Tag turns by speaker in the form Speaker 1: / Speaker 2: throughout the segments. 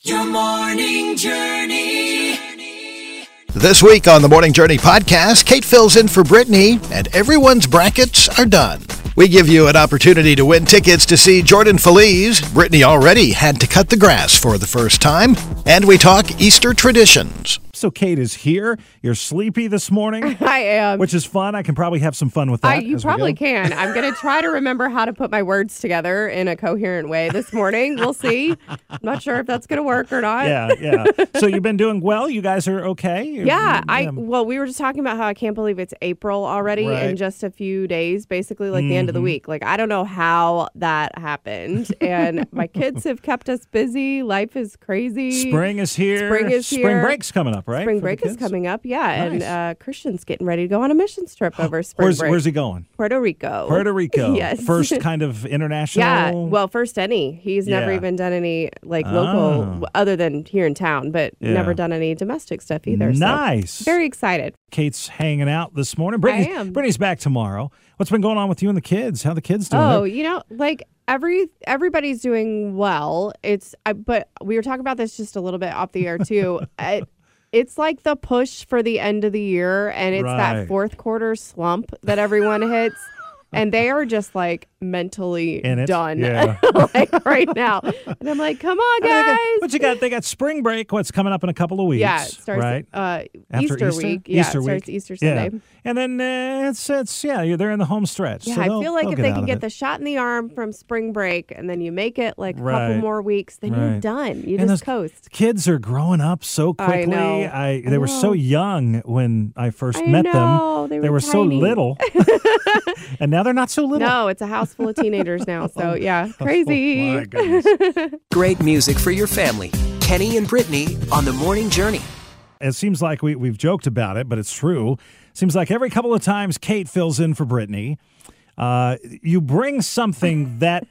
Speaker 1: Your morning journey.
Speaker 2: This week on the Morning Journey podcast, Kate fills in for Brittany, and everyone's brackets are done. We give you an opportunity to win tickets to see Jordan Feliz. Brittany already had to cut the grass for the first time, and we talk Easter traditions.
Speaker 3: So Kate is here. You're sleepy this morning,
Speaker 4: I am.
Speaker 3: which is fun. I can probably have some fun with that.
Speaker 4: I, you
Speaker 3: as we
Speaker 4: probably
Speaker 3: go.
Speaker 4: can. I'm going to try to remember how to put my words together in a coherent way this morning. We'll see. I'm not sure if that's going to work or not.
Speaker 3: Yeah, yeah. so you've been doing well. You guys are okay. um,
Speaker 4: Yeah,
Speaker 3: Mm-hmm.
Speaker 4: I well, we were just talking about how I can't believe it's April already
Speaker 3: Right. Mm-hmm.
Speaker 4: in just a few days, basically like the end of the week. Like I don't know how that happened, and my kids have kept us busy. Life is crazy.
Speaker 3: Spring is here.
Speaker 4: Spring is
Speaker 3: Spring
Speaker 4: here.
Speaker 3: break's coming up, right?
Speaker 4: Spring
Speaker 3: for the
Speaker 4: break is
Speaker 3: kids?
Speaker 4: coming up, yeah,
Speaker 3: Nice.
Speaker 4: and uh, Christian's getting ready to go on a mission trip over spring
Speaker 3: Where's
Speaker 4: break.
Speaker 3: Where's he going?
Speaker 4: Puerto Rico.
Speaker 3: Puerto Rico.
Speaker 4: yes.
Speaker 3: First kind of international.
Speaker 4: Yeah. Well, first any. He's never
Speaker 3: Yeah.
Speaker 4: even done any like
Speaker 3: Oh.
Speaker 4: local other than here in town, but
Speaker 3: Yeah.
Speaker 4: never done any domestic stuff either. so
Speaker 3: Nice.
Speaker 4: very excited.
Speaker 3: Kate's hanging out this morning. Brittany,
Speaker 4: am.
Speaker 3: Brittany's back tomorrow. What's been going on with you and the kids? How the kids doing?
Speaker 4: Oh, you know, like every everybody's doing well. It's I, but we were talking about this just a little bit off the air too. it, it's like the push for the end of the year, and it's
Speaker 3: Right.
Speaker 4: that fourth quarter slump that everyone hits. And they are just like mentally
Speaker 3: In it?
Speaker 4: done,
Speaker 3: Yeah.
Speaker 4: like right now. And I'm like, come on,
Speaker 3: They got-
Speaker 4: guys.
Speaker 3: What you got? They got spring break. What's coming up in a couple of weeks?
Speaker 4: Yeah, it starts
Speaker 3: right.
Speaker 4: uh,
Speaker 3: After
Speaker 4: Easter, week. Yeah,
Speaker 3: Easter
Speaker 4: it
Speaker 3: week.
Speaker 4: starts Easter Sunday.
Speaker 3: Yeah. And then uh, it's it's yeah, you're there in the home stretch.
Speaker 4: Yeah,
Speaker 3: so
Speaker 4: I
Speaker 3: they'll-
Speaker 4: feel like
Speaker 3: they'll
Speaker 4: if they
Speaker 3: out
Speaker 4: can
Speaker 3: of
Speaker 4: get
Speaker 3: it.
Speaker 4: the shot in the arm from spring break and then you make it like a
Speaker 3: Right.
Speaker 4: couple more weeks, then
Speaker 3: Right.
Speaker 4: you're done. You
Speaker 3: And
Speaker 4: just
Speaker 3: those
Speaker 4: coast.
Speaker 3: kids are growing up so
Speaker 4: I
Speaker 3: quickly.
Speaker 4: know.
Speaker 3: they
Speaker 4: I
Speaker 3: were so
Speaker 4: know.
Speaker 3: young when I first
Speaker 4: I
Speaker 3: met them.
Speaker 4: know, they
Speaker 3: they
Speaker 4: were
Speaker 3: were so
Speaker 4: tiny.
Speaker 3: little, and now they're not so little.
Speaker 4: No, it's a house full of teenagers now. So yeah, crazy.
Speaker 3: Oh, my goodness.
Speaker 1: Great music for your family. Kenny and Brittany on the morning journey.
Speaker 3: it seems like we, we've joked about it, but it's true. Seems like every couple of times Kate fills in for Brittany, uh, you bring something that,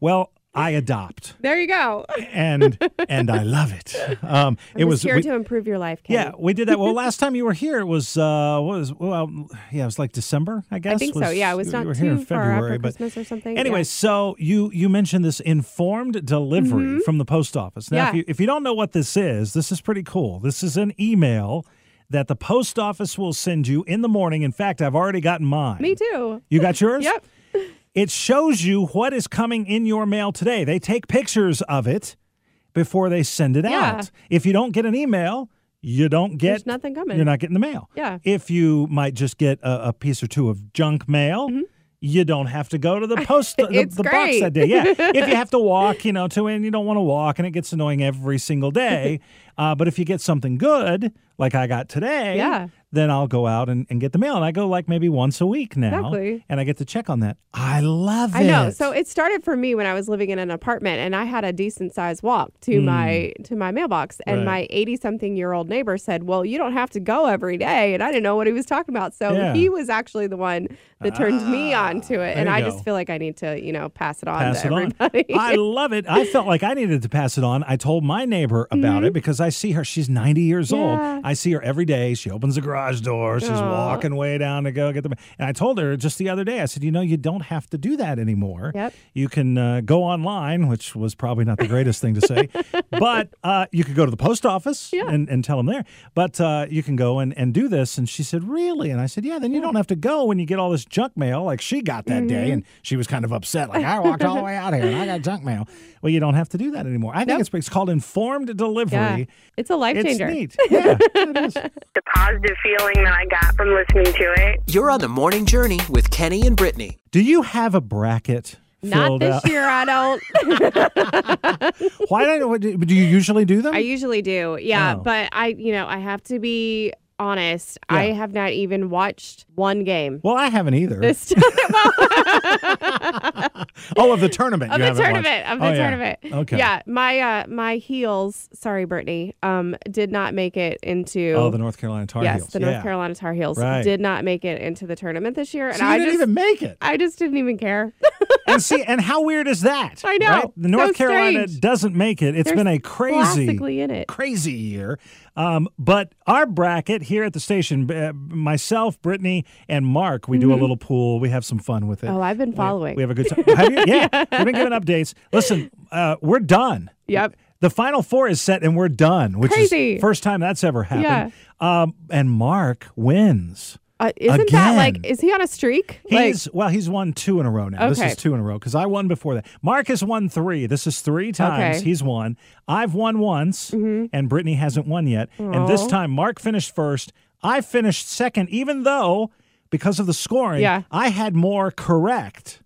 Speaker 3: well, I adopt
Speaker 4: there you go.
Speaker 3: and and I love it. Um, it
Speaker 4: It
Speaker 3: was
Speaker 4: was here
Speaker 3: we-
Speaker 4: to improve your life. Kenny.
Speaker 3: Yeah, we did that. Well, last time you were here, it was uh, what was well, yeah, it was like December, I guess.
Speaker 4: I think so.
Speaker 3: was-
Speaker 4: Yeah, it was
Speaker 3: you
Speaker 4: not
Speaker 3: were here in
Speaker 4: too far after
Speaker 3: February, but
Speaker 4: Christmas or something.
Speaker 3: Anyway, so you you mentioned this informed delivery from the post office. Now, if,
Speaker 4: Mm-hmm. Yeah.
Speaker 3: you, if you don't know what this is, this is pretty cool. This is an email that the post office will send you in the morning. In fact, I've already gotten mine.
Speaker 4: yeah. me too.
Speaker 3: You got yours?
Speaker 4: Yep.
Speaker 3: It shows you what is coming in your mail today. They take pictures of it before they send it
Speaker 4: Yeah.
Speaker 3: out. If you don't get an email, you don't get
Speaker 4: There's nothing coming.
Speaker 3: You're not getting the mail.
Speaker 4: Yeah.
Speaker 3: If you might just get a, a piece or two of junk mail, you don't have to go to the post the,
Speaker 4: Mm-hmm. It's
Speaker 3: the box
Speaker 4: great.
Speaker 3: that day. Yeah. if you have to walk, you know, to and you don't want to walk, and it gets annoying every single day. uh, but if you get something good, like I got today,
Speaker 4: Yeah.
Speaker 3: then I'll go out and, and get the mail. And I go like maybe once a week now.
Speaker 4: Exactly.
Speaker 3: And I get to check on that. I love
Speaker 4: I
Speaker 3: it.
Speaker 4: know. So it started for me when I was living in an apartment, and I had a decent sized walk to my to my mailbox. And
Speaker 3: Hmm. Right.
Speaker 4: my eighty something year old neighbor said, "Well, you don't have to go every day," and I didn't know what he was talking about. So
Speaker 3: Yeah. Ah,
Speaker 4: he was actually the one that turned me on to it, and
Speaker 3: you
Speaker 4: I
Speaker 3: go.
Speaker 4: just feel like I need to, you know, pass it on
Speaker 3: pass
Speaker 4: to
Speaker 3: it on.
Speaker 4: everybody.
Speaker 3: I love it. I felt like I needed to pass it on. I told my neighbor about it because I see her. She's 90 years
Speaker 4: Mm-hmm. Yeah.
Speaker 3: old. I see her every day. She opens the garage door. She's
Speaker 4: Aw.
Speaker 3: walking way down to go get the. And I told her just the other day, I said, you know, you don't have to do that anymore.
Speaker 4: Yep.
Speaker 3: You can uh, go online, which was probably not the greatest thing to say, but uh, you could go to the post office
Speaker 4: Yeah.
Speaker 3: and, and tell them there. But uh, you can go and, and do this. And she said, Really? And I said, Yeah, then you don't have to go when you get all this junk mail like she got that
Speaker 4: Mm-hmm.
Speaker 3: day. And she was kind of upset. Like, I walked all the way out here and I got junk mail. Well, you don't have to do that anymore. I think
Speaker 4: Nope.
Speaker 3: it's, it's called informed
Speaker 4: yeah,
Speaker 3: delivery.
Speaker 4: it's a life
Speaker 3: It's
Speaker 4: changer.
Speaker 3: neat. Yeah, it is.
Speaker 5: the positive feeling that I got from listening to it.
Speaker 1: You're on the morning journey with Kenny and Brittany.
Speaker 3: Do you have a bracket?
Speaker 4: Not
Speaker 3: filled
Speaker 4: this
Speaker 3: out?
Speaker 4: year, I don't.
Speaker 3: Why don't what do do you usually do them?
Speaker 4: I usually do. Yeah,
Speaker 3: Oh.
Speaker 4: but I, you know, I have to be honest. I
Speaker 3: Yeah.
Speaker 4: have not even watched one game.
Speaker 3: well, I haven't either.
Speaker 4: This time.
Speaker 3: oh, of the tournament.
Speaker 4: of
Speaker 3: you
Speaker 4: the
Speaker 3: haven't
Speaker 4: tournament
Speaker 3: watched.
Speaker 4: of the
Speaker 3: Oh, yeah.
Speaker 4: tournament
Speaker 3: Okay.
Speaker 4: yeah my uh my heels sorry brittany um did not make it into
Speaker 3: Oh, the North Carolina Tar
Speaker 4: yes
Speaker 3: Heels.
Speaker 4: the north
Speaker 3: yeah.
Speaker 4: carolina tar heels
Speaker 3: Right.
Speaker 4: did not make it into the tournament this year and
Speaker 3: So you
Speaker 4: i
Speaker 3: didn't
Speaker 4: just
Speaker 3: even make it.
Speaker 4: i just didn't even care
Speaker 3: and see, and how weird is that?
Speaker 4: I know.
Speaker 3: right? The
Speaker 4: So
Speaker 3: North Carolina
Speaker 4: strange.
Speaker 3: doesn't make it. It's
Speaker 4: They're
Speaker 3: been a crazy,
Speaker 4: classically in it
Speaker 3: crazy year. Um, but our bracket here at the station, uh, myself, Brittany, and Mark, we do a little pool. We have some fun with it.
Speaker 4: Mm-hmm. oh i've been
Speaker 3: We-
Speaker 4: following
Speaker 3: We have a good time. Have you? Yeah, we've been giving updates. Listen, uh, we're done.
Speaker 4: yep
Speaker 3: The final four is set and we're done, which
Speaker 4: Crazy.
Speaker 3: is first time that's ever happened. Um, and Mark wins.
Speaker 4: Uh, isn't that like?
Speaker 3: Again.
Speaker 4: Is he on a streak? Like,
Speaker 3: He's well, he's won two in a row now. This
Speaker 4: Okay.
Speaker 3: is two in a row because I won before that. Mark has won three. This is three times
Speaker 4: Okay. Mm-hmm.
Speaker 3: he's won. I've won once, and Brittany hasn't won yet. And this
Speaker 4: Aw.
Speaker 3: time, Mark finished first. I finished second, even though because of the scoring,
Speaker 4: Yeah.
Speaker 3: I had more correct.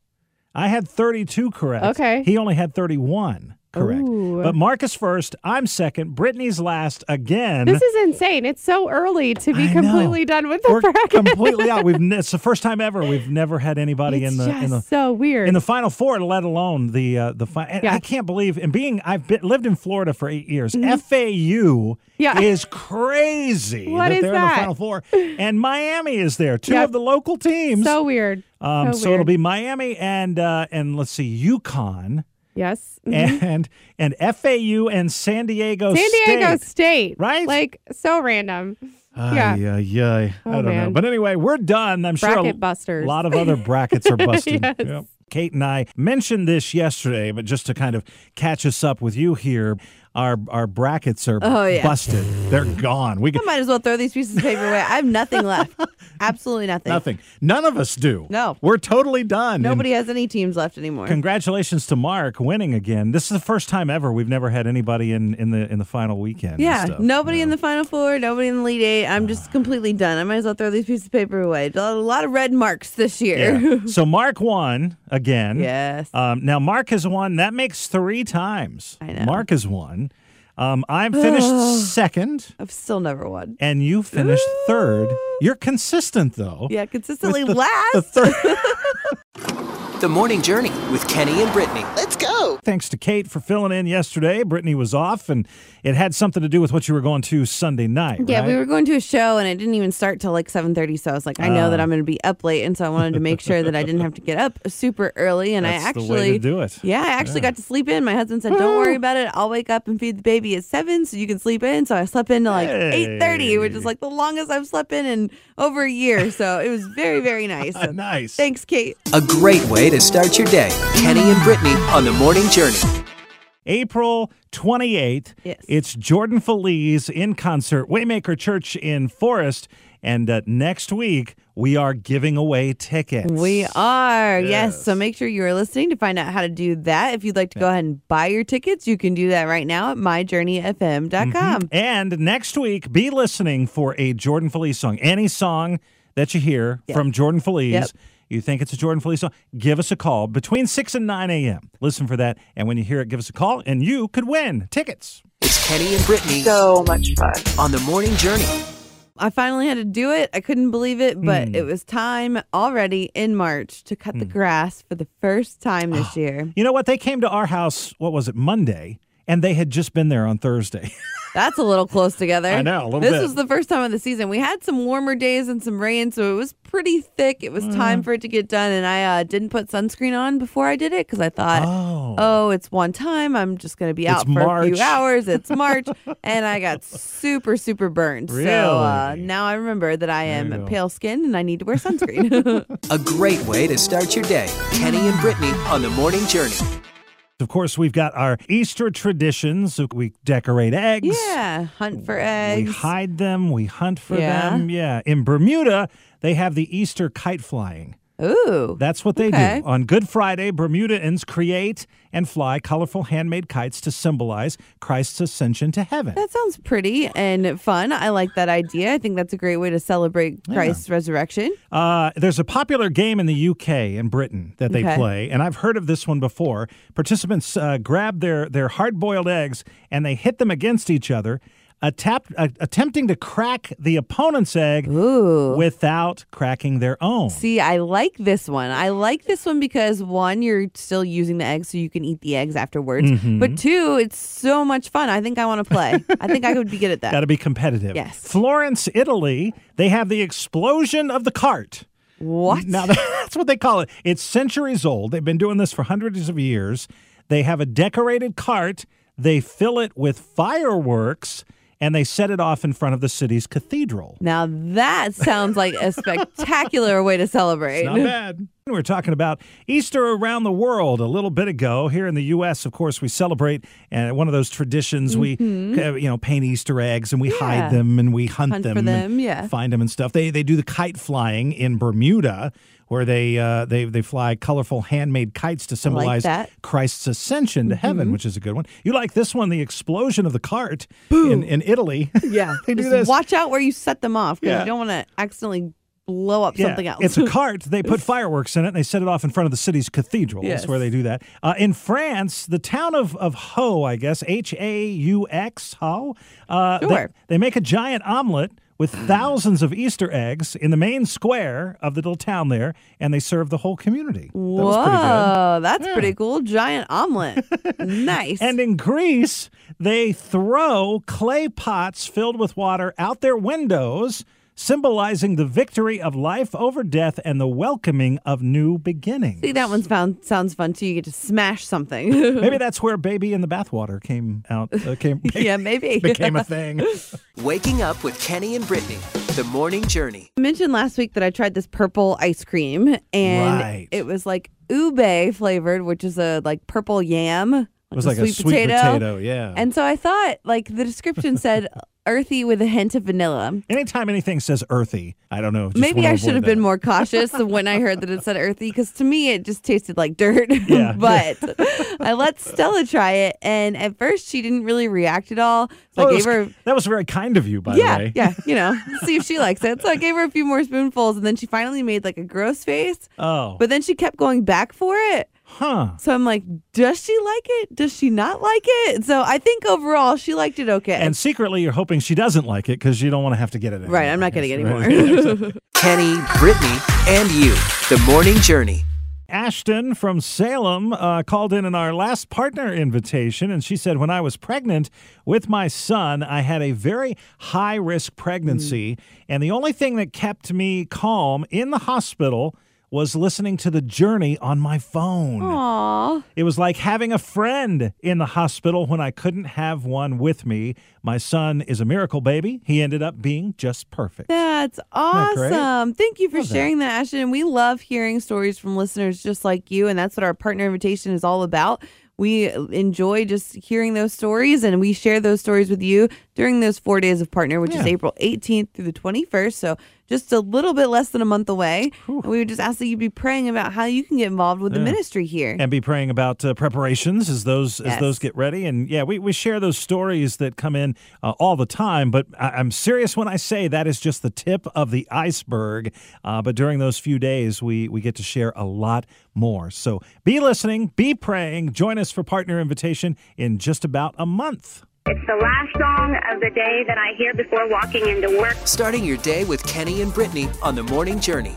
Speaker 3: I had 32 correct.
Speaker 4: Okay.
Speaker 3: He only had 31 correct.
Speaker 4: Ooh.
Speaker 3: But Mark is first. I'm second. Brittany's last again.
Speaker 4: this is insane. It's so early to be
Speaker 3: I know.
Speaker 4: completely done with the
Speaker 3: We're
Speaker 4: bracket.
Speaker 3: completely out. We've ne- it's the first time ever we've never had anybody
Speaker 4: it's
Speaker 3: in the
Speaker 4: just
Speaker 3: in the
Speaker 4: so weird.
Speaker 3: in the final four, let alone the uh, the fi- and
Speaker 4: Yeah. Mm-hmm.
Speaker 3: I can't believe and being I've been, lived in Florida for eight years. FAU
Speaker 4: Yeah.
Speaker 3: is crazy.
Speaker 4: What
Speaker 3: that
Speaker 4: is
Speaker 3: they're in the
Speaker 4: that?
Speaker 3: final four, and Miami is there. Two
Speaker 4: Yep.
Speaker 3: of the local teams.
Speaker 4: so weird.
Speaker 3: um, so,
Speaker 4: weird.
Speaker 3: it'll be Miami and uh, and let's see, UConn
Speaker 4: yes.
Speaker 3: and and FAU and San Diego.
Speaker 4: Mm-hmm. San Diego State,
Speaker 3: right?
Speaker 4: Like so random. yeah.
Speaker 3: Ay, ay, ay. I
Speaker 4: Oh,
Speaker 3: don't know.
Speaker 4: man.
Speaker 3: But anyway, we're done. I'm sure a
Speaker 4: Bracket busters.
Speaker 3: lot of other brackets are busted.
Speaker 4: Yes.
Speaker 3: Yep. Kate and I mentioned this yesterday, but just to kind of catch us up with you here, our our brackets are
Speaker 6: Oh, yeah.
Speaker 3: busted. They're gone. We
Speaker 6: I
Speaker 3: got
Speaker 6: might as well throw these pieces of paper away. I have nothing left. Absolutely nothing.
Speaker 3: nothing. None of us do.
Speaker 6: No.
Speaker 3: We're totally done. And
Speaker 6: Nobody has any teams left anymore.
Speaker 3: Congratulations to Mark winning again. This is the first time ever we've never had anybody in, in the in the final weekend. and
Speaker 6: yeah,
Speaker 3: stuff.
Speaker 6: nobody in the final four, nobody in the lead eight. I'm just completely done. I might as well throw these pieces of paper away. A lot of red marks this year.
Speaker 3: Yeah. So Mark won again.
Speaker 6: Yes.
Speaker 3: Um, now Mark has won. That makes three times.
Speaker 6: I know.
Speaker 3: Mark has won. Um, I finished second,
Speaker 6: I've still never won.
Speaker 3: and you finished third. You're consistent though.
Speaker 6: Yeah, consistently
Speaker 3: the-
Speaker 6: last.
Speaker 3: The third.
Speaker 1: The Morning Journey with Kenny and Brittany.
Speaker 3: Thanks to Kate for filling in yesterday. Brittany was off, and it had something to do with what you were going to Sunday night.
Speaker 6: Yeah,
Speaker 3: right?
Speaker 6: we were going to a show and it didn't even start till like 7:30, so I was like, I know
Speaker 3: Ah.
Speaker 6: that I'm going to be up late and so I wanted to make sure that I didn't have to get up super early and
Speaker 3: That's
Speaker 6: I
Speaker 3: the
Speaker 6: actually
Speaker 3: way to do it.
Speaker 6: Yeah, I actually got to sleep in. My husband said, "Don't worry about it. I'll wake up and feed the baby at 7 so you can sleep in." So I slept in to like 8:30, which is like the longest I've slept in in over a year. So it was very very nice. So
Speaker 3: Ah, Nice.
Speaker 6: Thanks, Kate.
Speaker 1: A great way to start your day. Kenny and Brittany on the Morning Journey.
Speaker 3: April 28th.
Speaker 6: Yes.
Speaker 3: It's Jordan Feliz in concert, Waymaker Church in Forest. And uh, next week, we are giving away tickets.
Speaker 6: We are, yes. So make sure you are listening to find out how to do that. If you'd like to go ahead and buy your tickets, you can do that right now at myjourneyfm.com.
Speaker 3: Mm-hmm. And next week, be listening for a Jordan Feliz song. Any song that you hear from Jordan Feliz,
Speaker 6: Yep.
Speaker 3: you think it's a Jordan Feliz song, give us a call between 6 and 9 a.m. Listen for that. And when you hear it, give us a call, and you could win tickets.
Speaker 1: It's Kenny and Brittany
Speaker 5: So much fun.
Speaker 1: on the Morning Journey.
Speaker 6: I finally had to do it. I couldn't believe it, but
Speaker 3: Hmm.
Speaker 6: it was time already in March to cut the grass for the first time this
Speaker 3: Oh.
Speaker 6: year.
Speaker 3: You know what? They came to our house, what was it, Monday, and they had just been there on Thursday.
Speaker 6: That's a little close together.
Speaker 3: I know, a little
Speaker 6: this
Speaker 3: bit.
Speaker 6: was the first time of the season. We had some warmer days and some rain, so it was pretty thick. It was
Speaker 3: Mm.
Speaker 6: time for it to get done, and I uh, didn't put sunscreen on before I did it because I thought,
Speaker 3: Oh.
Speaker 6: oh, it's one time. I'm just going to be out for a
Speaker 3: March.
Speaker 6: few hours. It's March, and I got super, super burned. So uh,
Speaker 3: Really?
Speaker 6: now I remember that I
Speaker 3: you go.
Speaker 6: am pale skinned and I need to wear sunscreen.
Speaker 1: A great way to start your day. Kenny and Brittany on the Morning Journey.
Speaker 3: Of course, we've got our Easter traditions. We decorate eggs.
Speaker 6: Yeah, hunt for
Speaker 3: We
Speaker 6: eggs.
Speaker 3: hide them. We hunt for
Speaker 6: Yeah.
Speaker 3: them. Yeah. In Bermuda, they have the Easter kite flying.
Speaker 6: Ooh,
Speaker 3: That's what they
Speaker 6: Okay.
Speaker 3: do. On Good Friday, Bermudans create and fly colorful handmade kites to symbolize Christ's ascension to heaven.
Speaker 6: that sounds pretty and fun. I like that idea. I think that's a great way to celebrate Christ's resurrection.
Speaker 3: Uh, there's a popular game in the UK and Britain that they
Speaker 6: Okay.
Speaker 3: play, and I've heard of this one before. Participants uh, grab their, their hard boiled eggs and they hit them against each other, attempt, uh, attempting to crack the opponent's egg without cracking their own.
Speaker 6: See, I like this one. I like this one because one, you're still using the eggs, so you can eat the eggs afterwards.
Speaker 3: Mm-hmm.
Speaker 6: But two, it's so much fun. I think I want to play. I think I would be good at
Speaker 3: Got
Speaker 6: that.
Speaker 3: to be competitive.
Speaker 6: Yes.
Speaker 3: Florence, Italy, they have the explosion of the cart.
Speaker 6: What?
Speaker 3: Now, that's what they call it. It's centuries old. They've been doing this for hundreds of years. They have a decorated cart, they fill it with fireworks, and they set it off in front of the city's cathedral.
Speaker 6: Now that sounds like a spectacular way to celebrate.
Speaker 3: Not bad. We were talking about Easter around the world a little bit ago. Here in the U.S., of course, we celebrate and one of those traditions we, uh, you know, paint Easter eggs and we
Speaker 6: Mm-hmm. Yeah.
Speaker 3: hide them and we hunt,
Speaker 6: Hunt for
Speaker 3: them, and
Speaker 6: them, yeah.
Speaker 3: find them and stuff. They they do the kite flying in Bermuda. Where they uh, they they fly colorful handmade kites to symbolize
Speaker 6: that. Mm-hmm.
Speaker 3: Christ's ascension to heaven, which is a good one. You like this one, the explosion of the cart in, in Italy.
Speaker 6: Yeah.
Speaker 3: They do
Speaker 6: Just
Speaker 3: this.
Speaker 6: Watch out where you set them off because
Speaker 3: Yeah.
Speaker 6: you don't want to accidentally blow up
Speaker 3: Yeah,
Speaker 6: something else.
Speaker 3: It's a cart. They put fireworks in it and they set it off in front of the city's cathedrals
Speaker 6: Yes.
Speaker 3: where they do that. Uh, in France, the town of, of Ho, I guess, H A U X, Ho, uh, they-
Speaker 6: Sure. Mm.
Speaker 3: they, make a giant omelet with thousands of Easter eggs in the main square of the little town there and they serve the whole community. That was pretty good.
Speaker 6: Whoa, that's pretty cool. Giant omelet. nice.
Speaker 3: And in Greece, they throw clay pots filled with water out their windows, symbolizing the victory of life over death and the welcoming of new beginnings.
Speaker 6: See, that one's found sounds fun too. You get to smash something.
Speaker 3: Maybe that's where "Baby in the Bathwater" came out. Uh, came
Speaker 6: yeah, maybe.
Speaker 3: became a thing.
Speaker 1: Waking up with Kenny and Brittany. The morning journey.
Speaker 6: I mentioned last week that I tried this purple ice cream and
Speaker 3: Right.
Speaker 6: it was like ube flavored, which is a like purple yam. Like
Speaker 3: It was like a sweet potato. yeah.
Speaker 6: And so I thought, like the description said, earthy with a hint of vanilla.
Speaker 3: Anytime anything says earthy, I don't know. just
Speaker 6: Maybe
Speaker 3: wanna
Speaker 6: I
Speaker 3: avoid
Speaker 6: should have
Speaker 3: that.
Speaker 6: been more cautious when I heard that it said earthy because to me it just tasted like dirt.
Speaker 3: Yeah.
Speaker 6: but I let Stella try it, and at first she didn't really react at all. So
Speaker 3: Oh,
Speaker 6: I
Speaker 3: that,
Speaker 6: gave
Speaker 3: was,
Speaker 6: her.
Speaker 3: that was very kind of you, by
Speaker 6: yeah,
Speaker 3: the way.
Speaker 6: yeah, you know, see if she likes it. So I gave her a few more spoonfuls, and then she finally made like a gross face.
Speaker 3: Oh,
Speaker 6: But then she kept going back for it.
Speaker 3: huh.
Speaker 6: So I'm like, does she like it? Does she not like it? So I think overall she liked it okay.
Speaker 3: And secretly, you're hoping she doesn't like it because you don't want to have to get it. anymore,
Speaker 6: right, I'm not
Speaker 3: I
Speaker 6: gonna
Speaker 3: guess,
Speaker 6: get
Speaker 3: right?
Speaker 6: any more.
Speaker 1: Kenny, Brittany, and you. The morning journey.
Speaker 3: Ashton from Salem uh, called in in our last partner invitation, and she said, When I was pregnant with my son, I had a very high risk pregnancy, and the only thing that kept me calm in the hospital was listening to the journey on my phone.
Speaker 6: Aw.
Speaker 3: It was like having a friend in the hospital when I couldn't have one with me. My son is a miracle baby. He ended up being just perfect.
Speaker 6: That's
Speaker 3: that great?
Speaker 6: awesome. Thank you for sharing that. Ashton. We love hearing stories from listeners just like you, and that's what our partner invitation is all about. We enjoy just hearing those stories, and we share those stories with you during those four days of partner, which is
Speaker 3: Yeah.
Speaker 6: April 18th through the 21st. So just a little bit less than a month away. And we would just ask that you be praying about how you can get involved with the ministry here.
Speaker 3: and be praying about uh, preparations as those as
Speaker 6: Yes.
Speaker 3: those get ready. And yeah, we, we share those stories that come in uh, all the time. But I, I'm serious when I say that is just the tip of the iceberg. Uh, but during those few days, we we get to share a lot more. So be listening, be praying. Join us for partner invitation in just about a month.
Speaker 5: It's the last song of the day that I hear before walking into work.
Speaker 1: Starting your day with Kenny and Brittany on the morning journey.